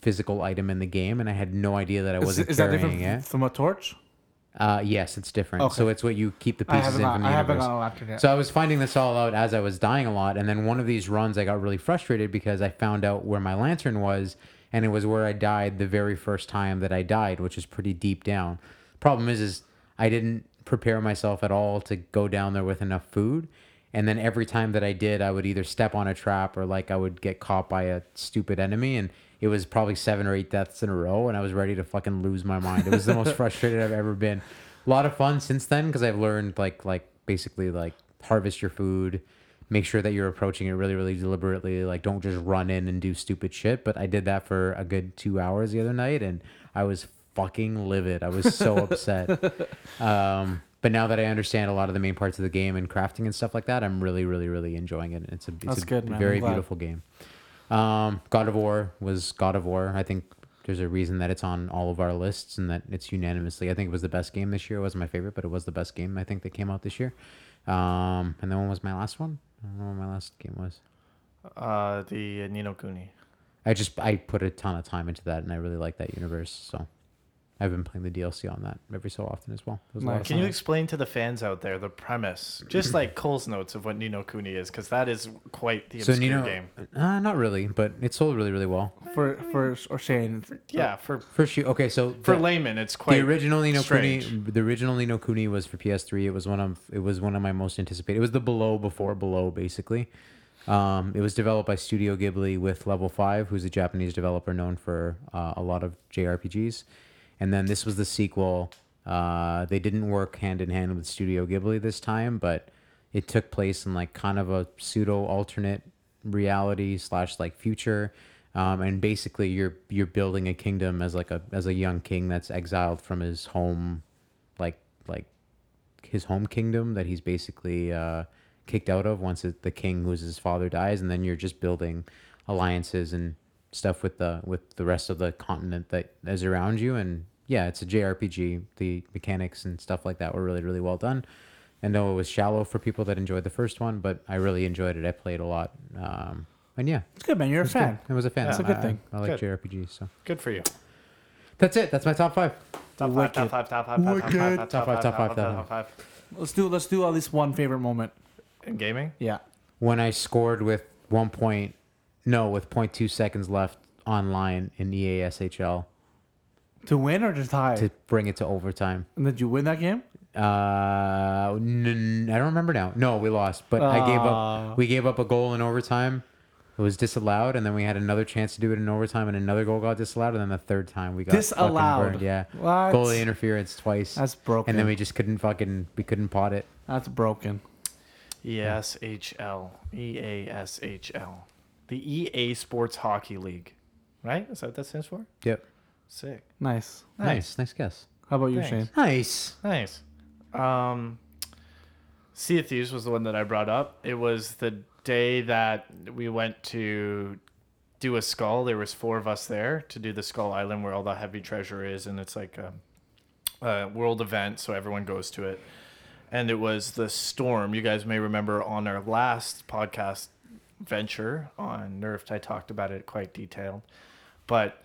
S1: physical item in the game, and I had no idea that I
S3: is,
S1: wasn't
S3: is that
S1: carrying
S3: different
S1: Oh, it.
S3: from a torch?
S1: Uh, yes, it's different.
S3: Okay.
S1: So it's what you keep the
S3: I
S1: pieces
S3: haven't
S1: in
S3: got-
S1: from the
S3: I haven't
S1: universe.
S3: got a lantern yet.
S1: So I was finding this all out as I was dying a lot, and then one of these runs I got really frustrated because I found out where my lantern was, and it was where I died the very first time that I died, which is pretty deep down. Problem is, is I didn't prepare myself at all to go down there with enough food. And then every time that I did, I would either step on a trap or like I would get caught by a stupid enemy. And it was probably seven or eight deaths in a row. And I was ready to fucking lose my mind. It was the most frustrated I've ever been. A lot of fun since then because I've learned like like basically like harvest your food, make sure that you're approaching it really, really deliberately. Like, don't just run in and do stupid shit. But I did that for a good two hours the other night, and I was fucking livid. I was so upset. Um, but now that I understand a lot of the main parts of the game and crafting and stuff like that, I'm really, really, really enjoying it. It's a, it's
S3: That's
S1: a
S3: good, man. I'm
S1: very
S3: glad.
S1: beautiful game. Um, God of War was God of War. I think there's a reason that it's on all of our lists and that it's unanimously. I think it was the best game this year. It wasn't my favorite, but it was the best game I think that came out this year. Um, and then when was my last one? I don't know what my last game was.
S4: Uh, the uh, Nino Kuni.
S1: I just I put a ton of time into that, and I really like that universe. So I've been playing the DLC on that every so often as well. It was a lot of
S3: Nice.
S4: Can you explain to the fans out there the premise, just like Cole's notes of what Nino Kuni is, because that is quite the
S1: So
S4: obscure
S1: Nino,
S4: game.
S1: uh, not really, but it sold really, really well.
S3: for for or Shane.
S4: Yeah, for
S1: First, you okay? So
S4: for
S1: the-
S4: layman, it's quite
S1: the original Nino Kuni,
S4: strange.
S1: the original Nino Kuni was for PS3. It was one of it was one of my most anticipated. It was the below before below, basically. Um, it was developed by Studio Ghibli with Level Five, who's a Japanese developer known for uh, a lot of JRPGs. And then this was the sequel. Uh, they didn't work hand in hand with Studio Ghibli this time, but it took place in like kind of a pseudo alternate reality slash like future um, and basically you're you're building a kingdom as like a as a young king that's exiled from his home like like his home kingdom that he's basically uh, kicked out of once it, the king who's his father dies and then you're just building alliances and stuff with the with the rest of the continent that is around you and yeah it's a jrpg the mechanics and stuff like that were really really well done i know it was shallow for people that enjoyed the first one but i really enjoyed it i played a lot um, and yeah
S3: It's good, man. You're a fan.
S1: it was a fan.
S4: That's
S1: That's
S4: a
S3: good thing.
S1: I, like
S4: Good.
S1: JRPGs, so
S4: good for you.
S1: that's it. That's my top five.
S4: Top five, top five, top five, top
S3: Wicked.
S4: five, top five, top five, top five.
S3: Let's do let's do at least one favorite moment.
S4: In gaming,
S3: Yeah.
S1: When I scored with one point, no, with 0.2 seconds left online in E EASHL
S3: To win or to tie?
S1: to bring it to overtime.
S3: and did you win that game?
S1: Uh, n- I don't remember now. No, we lost, but I gave
S3: Aw.
S1: up. We gave up a goal in overtime. It was disallowed, and then we had another chance to do it in overtime, and another goal got disallowed, and then the third time we got fucking
S3: Disallowed.
S1: burned, Yeah,
S3: What?
S1: goalie interference twice.
S3: That's broken.
S1: And then we just couldn't fucking we couldn't pot it.
S3: That's broken.
S4: ESHL, EASHL, the EA Sports Hockey League, right? Is that what that stands for?
S1: Yep.
S4: Sick,
S3: Nice.
S1: Nice. Nice guess.
S3: How about you,
S4: Thanks.
S3: Shane?
S1: Nice.
S4: nice. Um, Sea of Thieves was the one that I brought up. It was the day that we went to do a skull. There was four of us there to do the Skull Island, where all the heavy treasure is, and it's like a, a world event, so everyone goes to it. And it was the storm. You guys may remember on our last podcast venture on Nerfed, I talked about it quite detailed, but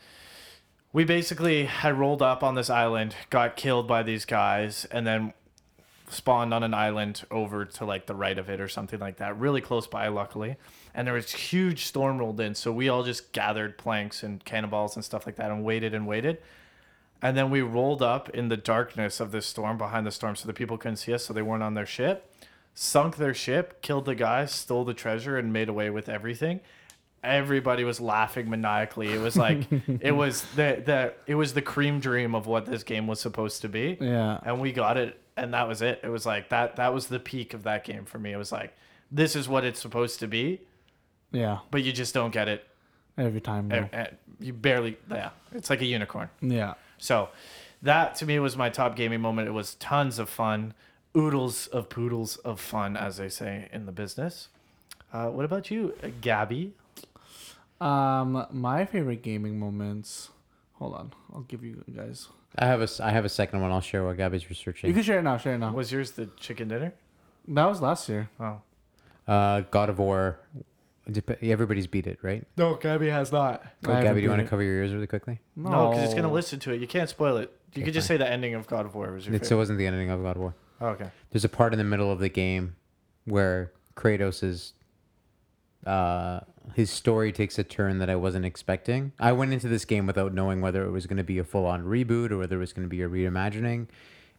S4: we basically had rolled up on this island, got killed by these guys, and then spawned on an island over to like the right of it or something like that, really close by, luckily. And there was huge storm rolled in, so we all just gathered planks and cannonballs and stuff like that and waited and waited. And then we rolled up in the darkness of this storm behind the storm so the people couldn't see us, so they weren't on their ship, sunk their ship, killed the guy, stole the treasure, and made away with everything. Everybody was laughing maniacally. It was like it was the, the it was the cream dream of what this game was supposed to be
S3: Yeah.
S4: and we got it and that was it it was like that that was the peak of that game for me it was like this is what it's supposed to be
S3: Yeah.
S4: but you just don't get it
S3: Every time.
S4: Eh,
S3: though.
S4: eh, you barely yeah it's like a unicorn
S3: Yeah.
S4: so that to me was my top gaming moment it was tons of fun oodles of poodles of fun as they say in the business uh, what about you uh, gabby
S3: Um, my favorite gaming moments. Hold on, I'll give you guys.
S1: I have a s- I have a second one. I'll share what Gabby's
S3: You
S1: researching.
S3: can share it now. Share it now.
S4: was yours the chicken dinner
S3: That was last year.
S4: oh
S1: Uh, God of War. Dep- Everybody's beat it, right?
S4: no gabby has not
S1: Go,
S3: I haven't
S1: Gabby, do you
S3: beat
S1: want to
S3: it.
S1: cover your ears really quickly?
S4: no because it's going to listen to it you can't spoil it you could just say the ending of god of war was
S1: It
S4: your favorite
S1: still wasn't the ending of God of War.
S4: oh, okay
S1: There's a part in the middle of the game where Kratos is. Uh, his story takes a turn that I wasn't expecting. I went into this game without knowing whether it was going to be a full on reboot or whether it was going to be a reimagining.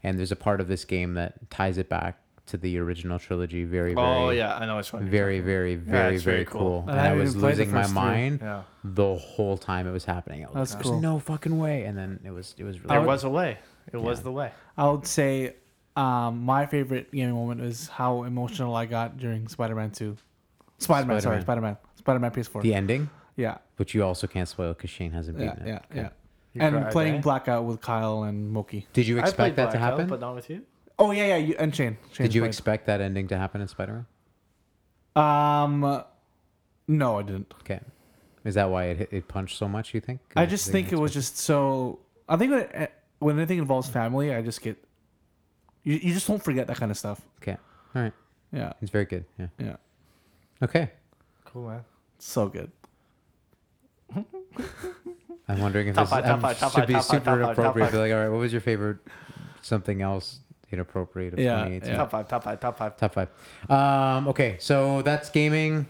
S1: And there's a part of this game that ties it back to the original trilogy very, very,
S4: Oh yeah, I know which one. you're
S1: very, very, very,
S4: it's
S1: very,
S4: very cool.
S1: cool.
S3: I
S1: And I,
S3: haven't
S1: was
S3: even played the
S1: losing my
S3: first three.
S1: mind
S4: talking about.
S1: the whole time it was happening. I was
S3: That's
S1: like,
S3: cool.
S1: There's no fucking way. And then it was, it was really.
S4: Yeah, there was a way. It was the way.
S3: I would say, um, my favorite gaming moment is how emotional I got during Spider-Man Two. Spider Man, sorry,
S1: Spider-Man.
S3: Spider Man, Spider Man PS4.
S1: The ending,
S3: yeah,
S1: which you also can't spoil because Shane hasn't
S3: yeah,
S1: beaten it.
S3: yeah,
S1: Okay.
S3: yeah. And
S4: cried,
S3: playing
S4: eh?
S3: Blackout with Kyle and Moki.
S1: Did you
S4: I played
S1: expect that to
S4: Blackout,
S1: happen?
S4: but not with you.
S3: Oh yeah, yeah. You, and Shane. Shane's
S1: Did you
S3: played.
S1: expect that ending to happen in Spider Man?
S3: Um, no, I didn't.
S1: Okay. Is that why it hit- it punched so much? You think?
S3: I just think it was just so. I think when, eh, when anything involves family, I just get. You, you just don't forget that kind of stuff.
S1: Okay. All right.
S3: Yeah,
S1: It's very good. Yeah.
S3: yeah.
S1: Okay.
S4: Cool man.
S3: So good.
S1: I'm wondering if
S4: Top
S1: this
S4: five,
S1: is-
S4: top
S1: um,
S4: five, top
S1: should
S4: five,
S1: be
S4: top five,
S1: super
S4: top five, top
S1: inappropriate.
S4: five.
S1: Be like, all right, what was your favorite something else inappropriate of
S3: Yeah,
S1: 2018?
S3: yeah.
S4: Top five, top five, top five.
S1: Top five. Um, okay, so that's gaming.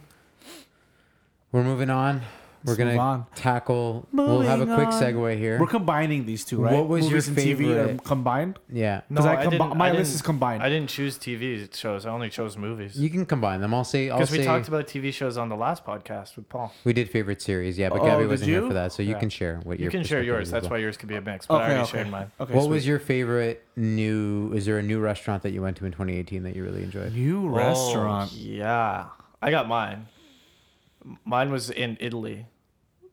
S1: We're moving on. We're
S3: Let's
S1: gonna
S3: move on.
S1: tackle. we'll have a
S3: Moving
S1: quick
S3: on.
S1: segue here.
S3: We're combining these two, right?
S1: What was your
S3: TV
S1: favorite-
S3: are combined?
S1: yeah,
S3: Because I combi-
S4: didn't-
S3: my
S4: I
S3: list
S4: didn't-
S3: is combined.
S4: I didn't choose TV shows. I only chose movies.
S1: you can combine them. I'll say. I'll
S4: Because
S1: say.
S4: we
S1: We,
S4: talked about TV shows on the last podcast with Paul.
S1: did favorite series. Yeah, but
S3: Oh,
S1: Gabby
S3: did
S1: wasn't here
S3: you?
S1: for that, so you
S4: Yeah.
S1: can share what
S4: You
S1: your
S4: can share
S1: perspective
S4: yours.
S1: is
S4: That's
S1: as
S4: why
S1: well.
S4: yours could be a mix. But I
S3: Okay,
S4: already
S3: okay.
S4: shared mine.
S3: Okay.
S1: What was your favorite new? Is there a new restaurant that you went to in 2018 that you really enjoyed?
S3: new restaurant?
S4: Oh, yeah, I got mine. Mine was in Italy.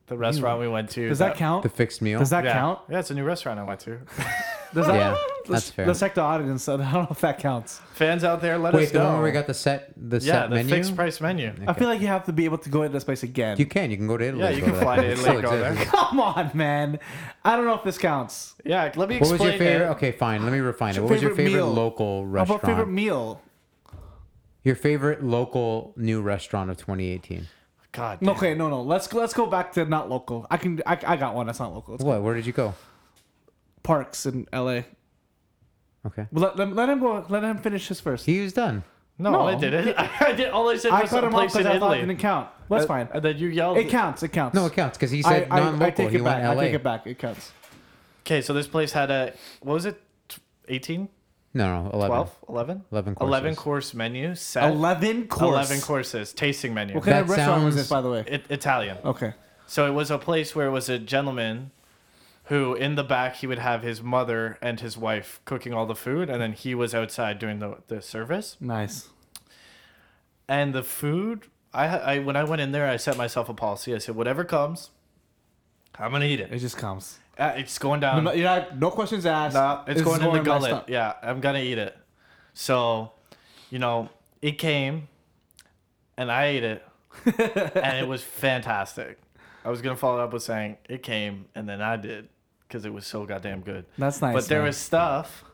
S4: The restaurant we went to.
S3: Does that count?
S1: The fixed meal.
S3: Does that
S4: yeah.
S3: count?
S4: Yeah, it's a new restaurant I went to.
S3: Does that?
S1: yeah,
S3: Let's,
S1: that's fair.
S3: let's check the audience. I don't know if that counts.
S4: Fans out there, let
S1: Wait,
S4: us
S1: the
S4: know.
S1: one where we got the set, the
S4: yeah,
S1: set
S4: the
S1: menu.
S4: fixed price menu.
S3: I feel like you have to be able to go into this place again.
S1: You can. You can go to Italy.
S4: Yeah,
S1: and
S4: you
S1: go to
S4: can
S1: that
S4: fly
S1: place.
S4: to
S1: It
S4: Italy
S1: still
S4: and go
S1: exists.
S4: there.
S3: Come on, man. I don't know if this counts.
S4: Yeah, let me
S1: What
S4: explain.
S1: was your favorite?
S4: it.
S1: Okay, fine. Let me refine it.
S3: Your
S1: What was your
S3: favorite
S1: favorite
S3: meal?
S1: local
S3: How about
S1: restaurant?
S3: favorite meal?
S1: your favorite local new restaurant of 2018.
S4: God.
S3: No,
S4: damn.
S3: Okay, no, no. Let's go- let's go back to not local. I can I, I got one that's not local. It's
S1: What? Where did you go?
S3: Parks in L.A.
S1: Okay.
S3: Well, Let, let, let him go. Let him finish his first.
S1: He was done.
S4: No,
S3: No.
S4: I didn't. I did. All I said
S3: I
S4: was
S3: cut
S4: a
S3: him off
S4: place in
S3: because I thought it
S4: Italy.
S3: didn't count. That's fine.
S4: And then you yelled.
S3: It counts. It counts.
S1: No, it counts because he
S3: I,
S1: said
S3: I,
S1: non-local.
S3: I take
S1: he
S3: it back.
S1: went LA.
S3: I take it back. It counts.
S4: Okay, so this place had a what was it? 18,
S1: No, no, 11.
S4: 12, 11?
S1: 11
S4: 11
S1: courses.
S4: course menu set.
S3: Eleven course.
S4: 11 courses, tasting menu.
S3: What kind of
S1: That
S3: restaurant was
S1: sounds-
S3: this, by the way?
S4: It, Italian.
S3: Okay.
S4: So it was a place where it was a gentleman who in the back he would have his mother and his wife cooking all the food and then he was outside doing the, the service.
S3: Nice.
S4: And the food I, I when I went in there I set myself a policy. I said whatever comes I'm going to eat
S3: It
S4: it.
S3: just comes.
S4: Uh, It's going down.
S3: No, you're not, no questions asked.
S4: Nah, it's
S3: This is
S4: going in the
S3: my
S4: gullet.
S3: stomach.
S4: Yeah, I'm gonna eat it. So, you know, it came, and I ate it, and it was fantastic. I was gonna follow up with saying it came, and then I did because it was so goddamn good.
S3: That's nice,
S4: But there
S3: man.
S4: was stuff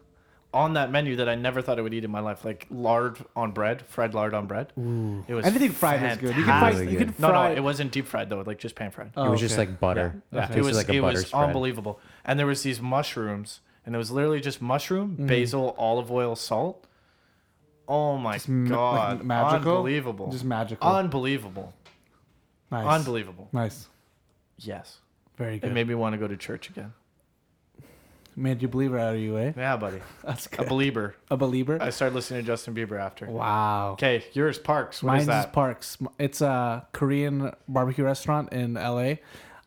S4: on that menu that I never thought I would eat in my life, like lard on bread, fried lard on bread. Ooh. It was
S3: Anything fried is good. You can fry.
S4: fantastic.
S1: Really
S3: you can
S1: good.
S4: No,
S3: fry.
S4: no, it wasn't deep fried though, like just pan fried.
S1: It
S3: Oh,
S1: was just
S3: okay.
S1: like butter.
S4: Yeah.
S1: It
S4: It
S1: tasted
S4: was
S1: like a
S4: it
S1: butter
S4: was
S1: spread.
S4: unbelievable. And there was these mushrooms, and it was literally just mushroom,
S3: Mm.
S4: basil, olive oil, salt. Oh my
S3: ma-
S4: god!
S3: like magical?
S4: unbelievable,
S3: Just magical.
S4: unbelievable,
S3: nice.
S4: unbelievable.
S3: Nice.
S4: Yes,
S3: Very
S4: it
S3: good. Made,
S4: made me want to go to church again.
S3: you believer out of you, eh?
S4: Yeah, buddy,
S3: That's
S4: a
S3: good.
S4: believer.
S3: A believer.
S4: I started listening to Justin Bieber after.
S3: wow.
S4: Okay, yours, Parks. What
S3: Mine's
S4: is
S3: is
S4: that?
S3: Parks. It's a Korean barbecue restaurant in LA.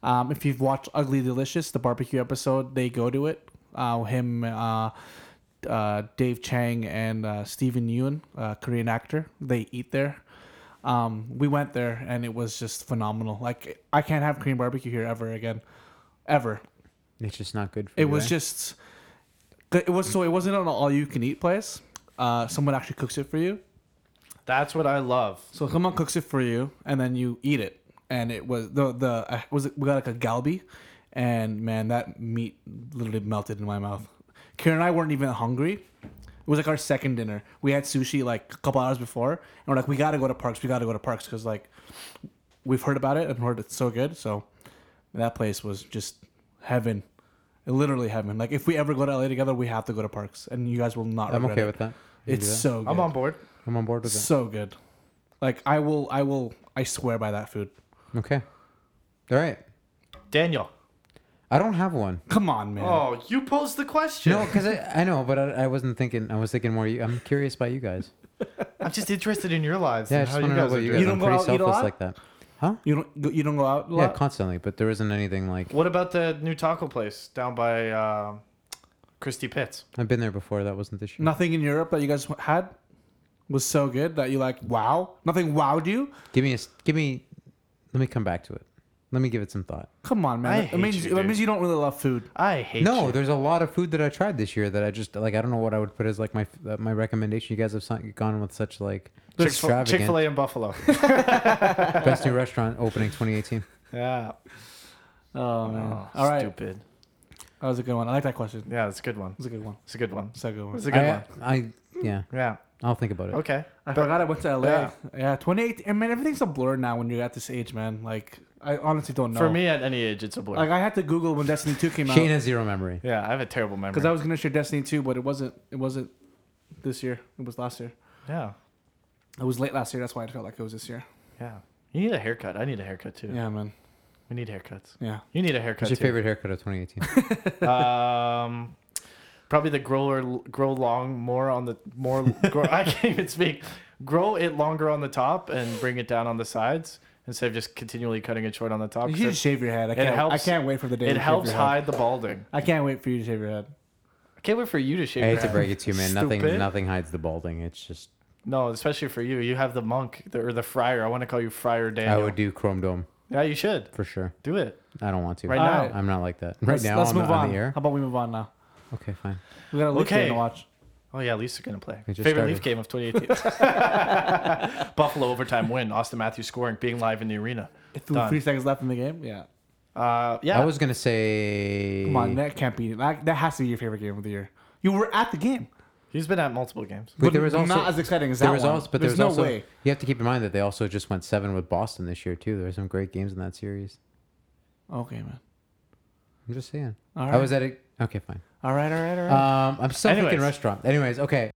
S3: Um, if you've watched Ugly Delicious, the barbecue episode, they go to it. Uh, him, uh, uh, Dave Chang, and uh, Steven Yeun, uh, Korean actor, they eat there. Um, we went there and it was just phenomenal. Like I can't have Korean barbecue here ever again, ever.
S1: It's just not good for
S3: It
S1: you,
S3: was
S1: eh?
S3: just it was so it wasn't an all you can eat place. Uh, someone actually cooks it for you.
S4: That's what I love.
S3: So someone cooks it for you, and then you eat it. And it was the the uh, was it, we got like a galbi, and man, that meat literally melted in my mouth. Karen and I weren't even hungry. It was like our second dinner. We had sushi like a couple hours before, and we're like, we gotta go to Parks. We gotta go to Parks because like we've heard about it and heard it's so good. So that place was just heaven, literally heaven. Like if we ever go to LA together, we have to go to Parks, and you guys will not.
S1: I'm
S3: regret
S1: okay
S3: it.
S1: with that. You can
S3: It's
S1: do that.
S3: so. Good
S4: I'm on board.
S1: I'm on board with that.
S3: so good. Like I will, I will, I swear by that food.
S1: Okay. All right.
S4: Daniel.
S1: I don't have one.
S3: Come on, man.
S4: Oh, you posed the question.
S1: No, because I, I know, but I, I wasn't thinking. I was thinking more. You, I'm curious about you guys.
S4: I'm just interested in your lives.
S1: Yeah, I
S4: and
S1: just
S4: how
S1: want to
S4: you
S1: know
S4: guys
S1: about
S4: are
S1: you
S4: doing.
S1: guys.
S3: You
S1: I'm
S3: don't go
S1: pretty
S3: out- you don't
S1: selfless
S3: out?
S1: like that. Huh?
S3: You don't, go- you don't go out a
S1: Yeah,
S3: lot.
S1: constantly, but there isn't anything like
S4: What about the new taco place down by uh, Christy Pitts?
S1: I've been there before. That wasn't this year.
S3: Nothing in Europe that you guys had. was so good that you like wow nothing wowed you.
S1: Give me a. s- Give me. Let me come back to it. Let me give it some thought.
S3: Come on, man.
S4: I
S3: That-
S4: hate
S3: it means
S4: you,
S3: that
S4: dude.
S3: means you don't really love food.
S4: I hate
S1: no,
S4: you.
S1: there's a lot of food that I tried this year that I just like. I don't know what I would put as like my uh, my recommendation. You guys have son- gone with such like
S4: Chick-fil-
S1: extravagant
S4: Chick-fil-A in Buffalo.
S1: best new restaurant opening 2018.
S4: yeah.
S3: Oh man. All right,
S4: Stupid.
S3: that was a good one. I like that question. That
S4: Yeah, that's a good one.
S3: was a good one.
S4: It's a good one.
S3: That's a good one.
S4: It's a good
S1: I,
S4: one. Oh,
S1: I yeah.
S4: Yeah.
S1: I'll think about it.
S4: Okay.
S3: I
S4: But-
S3: forgot I went to LA.
S4: Yeah.
S3: Yeah, 28. And man, everything's a blur now when you're at this age, man. Like, I honestly don't know.
S4: For me, at any age, it's a blur.
S3: like, I had to Google when Destiny 2 came
S1: Shane
S3: out
S1: has zero memory.
S4: yeah, I have a terrible memory.
S3: because I was gonna share Destiny 2, but it wasn't. It wasn't this year. It was last year.
S4: yeah.
S3: It was late last year. That's why it felt like it was this year.
S4: Yeah. You need a haircut. I need a haircut too.
S3: Yeah, man.
S4: We need haircuts.
S3: Yeah.
S4: You need a haircut.
S1: What's your
S4: too.
S1: favorite haircut of 2018?
S4: um, probably the grow or grow long more on the more. grow, I can't even speak. Grow it longer on the top and bring it down on the sides instead of just continually cutting it short on the top.
S3: You
S4: 'cause
S3: should
S4: it-
S3: just shave your head. I
S4: it
S3: can't. I
S4: helps-
S3: can't wait for the day.
S4: it
S3: you shave
S4: helps
S3: your head.
S4: hide the balding.
S3: I can't wait for you to shave your head.
S4: I can't wait for you to shave.
S1: I
S4: your
S1: hate to
S4: head.
S1: break it to you, man.
S4: Stupid.
S1: Nothing nothing hides the balding. It's just
S4: No, especially for you. You have the monk the, or the friar. I want to call you Friar Daniel.
S1: I would do chrome dome
S4: Yeah, you should
S1: for sure.
S4: do it
S1: I don't want to.
S4: right
S3: All
S4: now.
S3: right.
S1: I'm not like that. Right
S3: Let's-
S1: now,
S3: let's
S1: I'm
S3: move
S1: not
S3: on.
S1: on the air.
S3: How about we move on now?
S1: Okay, fine.
S3: We got a Leaf
S4: Okay.
S3: game to watch.
S4: Oh yeah, Leafs are gonna play.
S1: We
S4: Favorite
S1: just
S4: Leaf
S1: started.
S4: game of 2018. Buffalo overtime win. Austin Matthews scoring, being live in the arena.
S3: With
S4: Done.
S3: Three seconds left in the game. Yeah.
S4: Uh, yeah,
S1: I was gonna say.
S3: Come on, that can't be. That, that has to be your favorite game of the year. You were at the game.
S4: he's been at multiple games.
S1: But there was also-
S3: not as exciting as that
S1: There was
S3: one.
S1: also, but
S3: there's,
S1: there
S3: no
S1: was also,
S3: way.
S1: You have to keep in mind that they also just went seven with Boston this year too. There were some great games in that series.
S3: Okay, man.
S1: I'm just saying.
S3: All
S1: I
S3: right.
S1: was at it. Okay, fine.
S3: All right, all right, all right.
S1: Um, I'm still
S4: Anyways.
S1: thinking restaurant. Anyways, okay.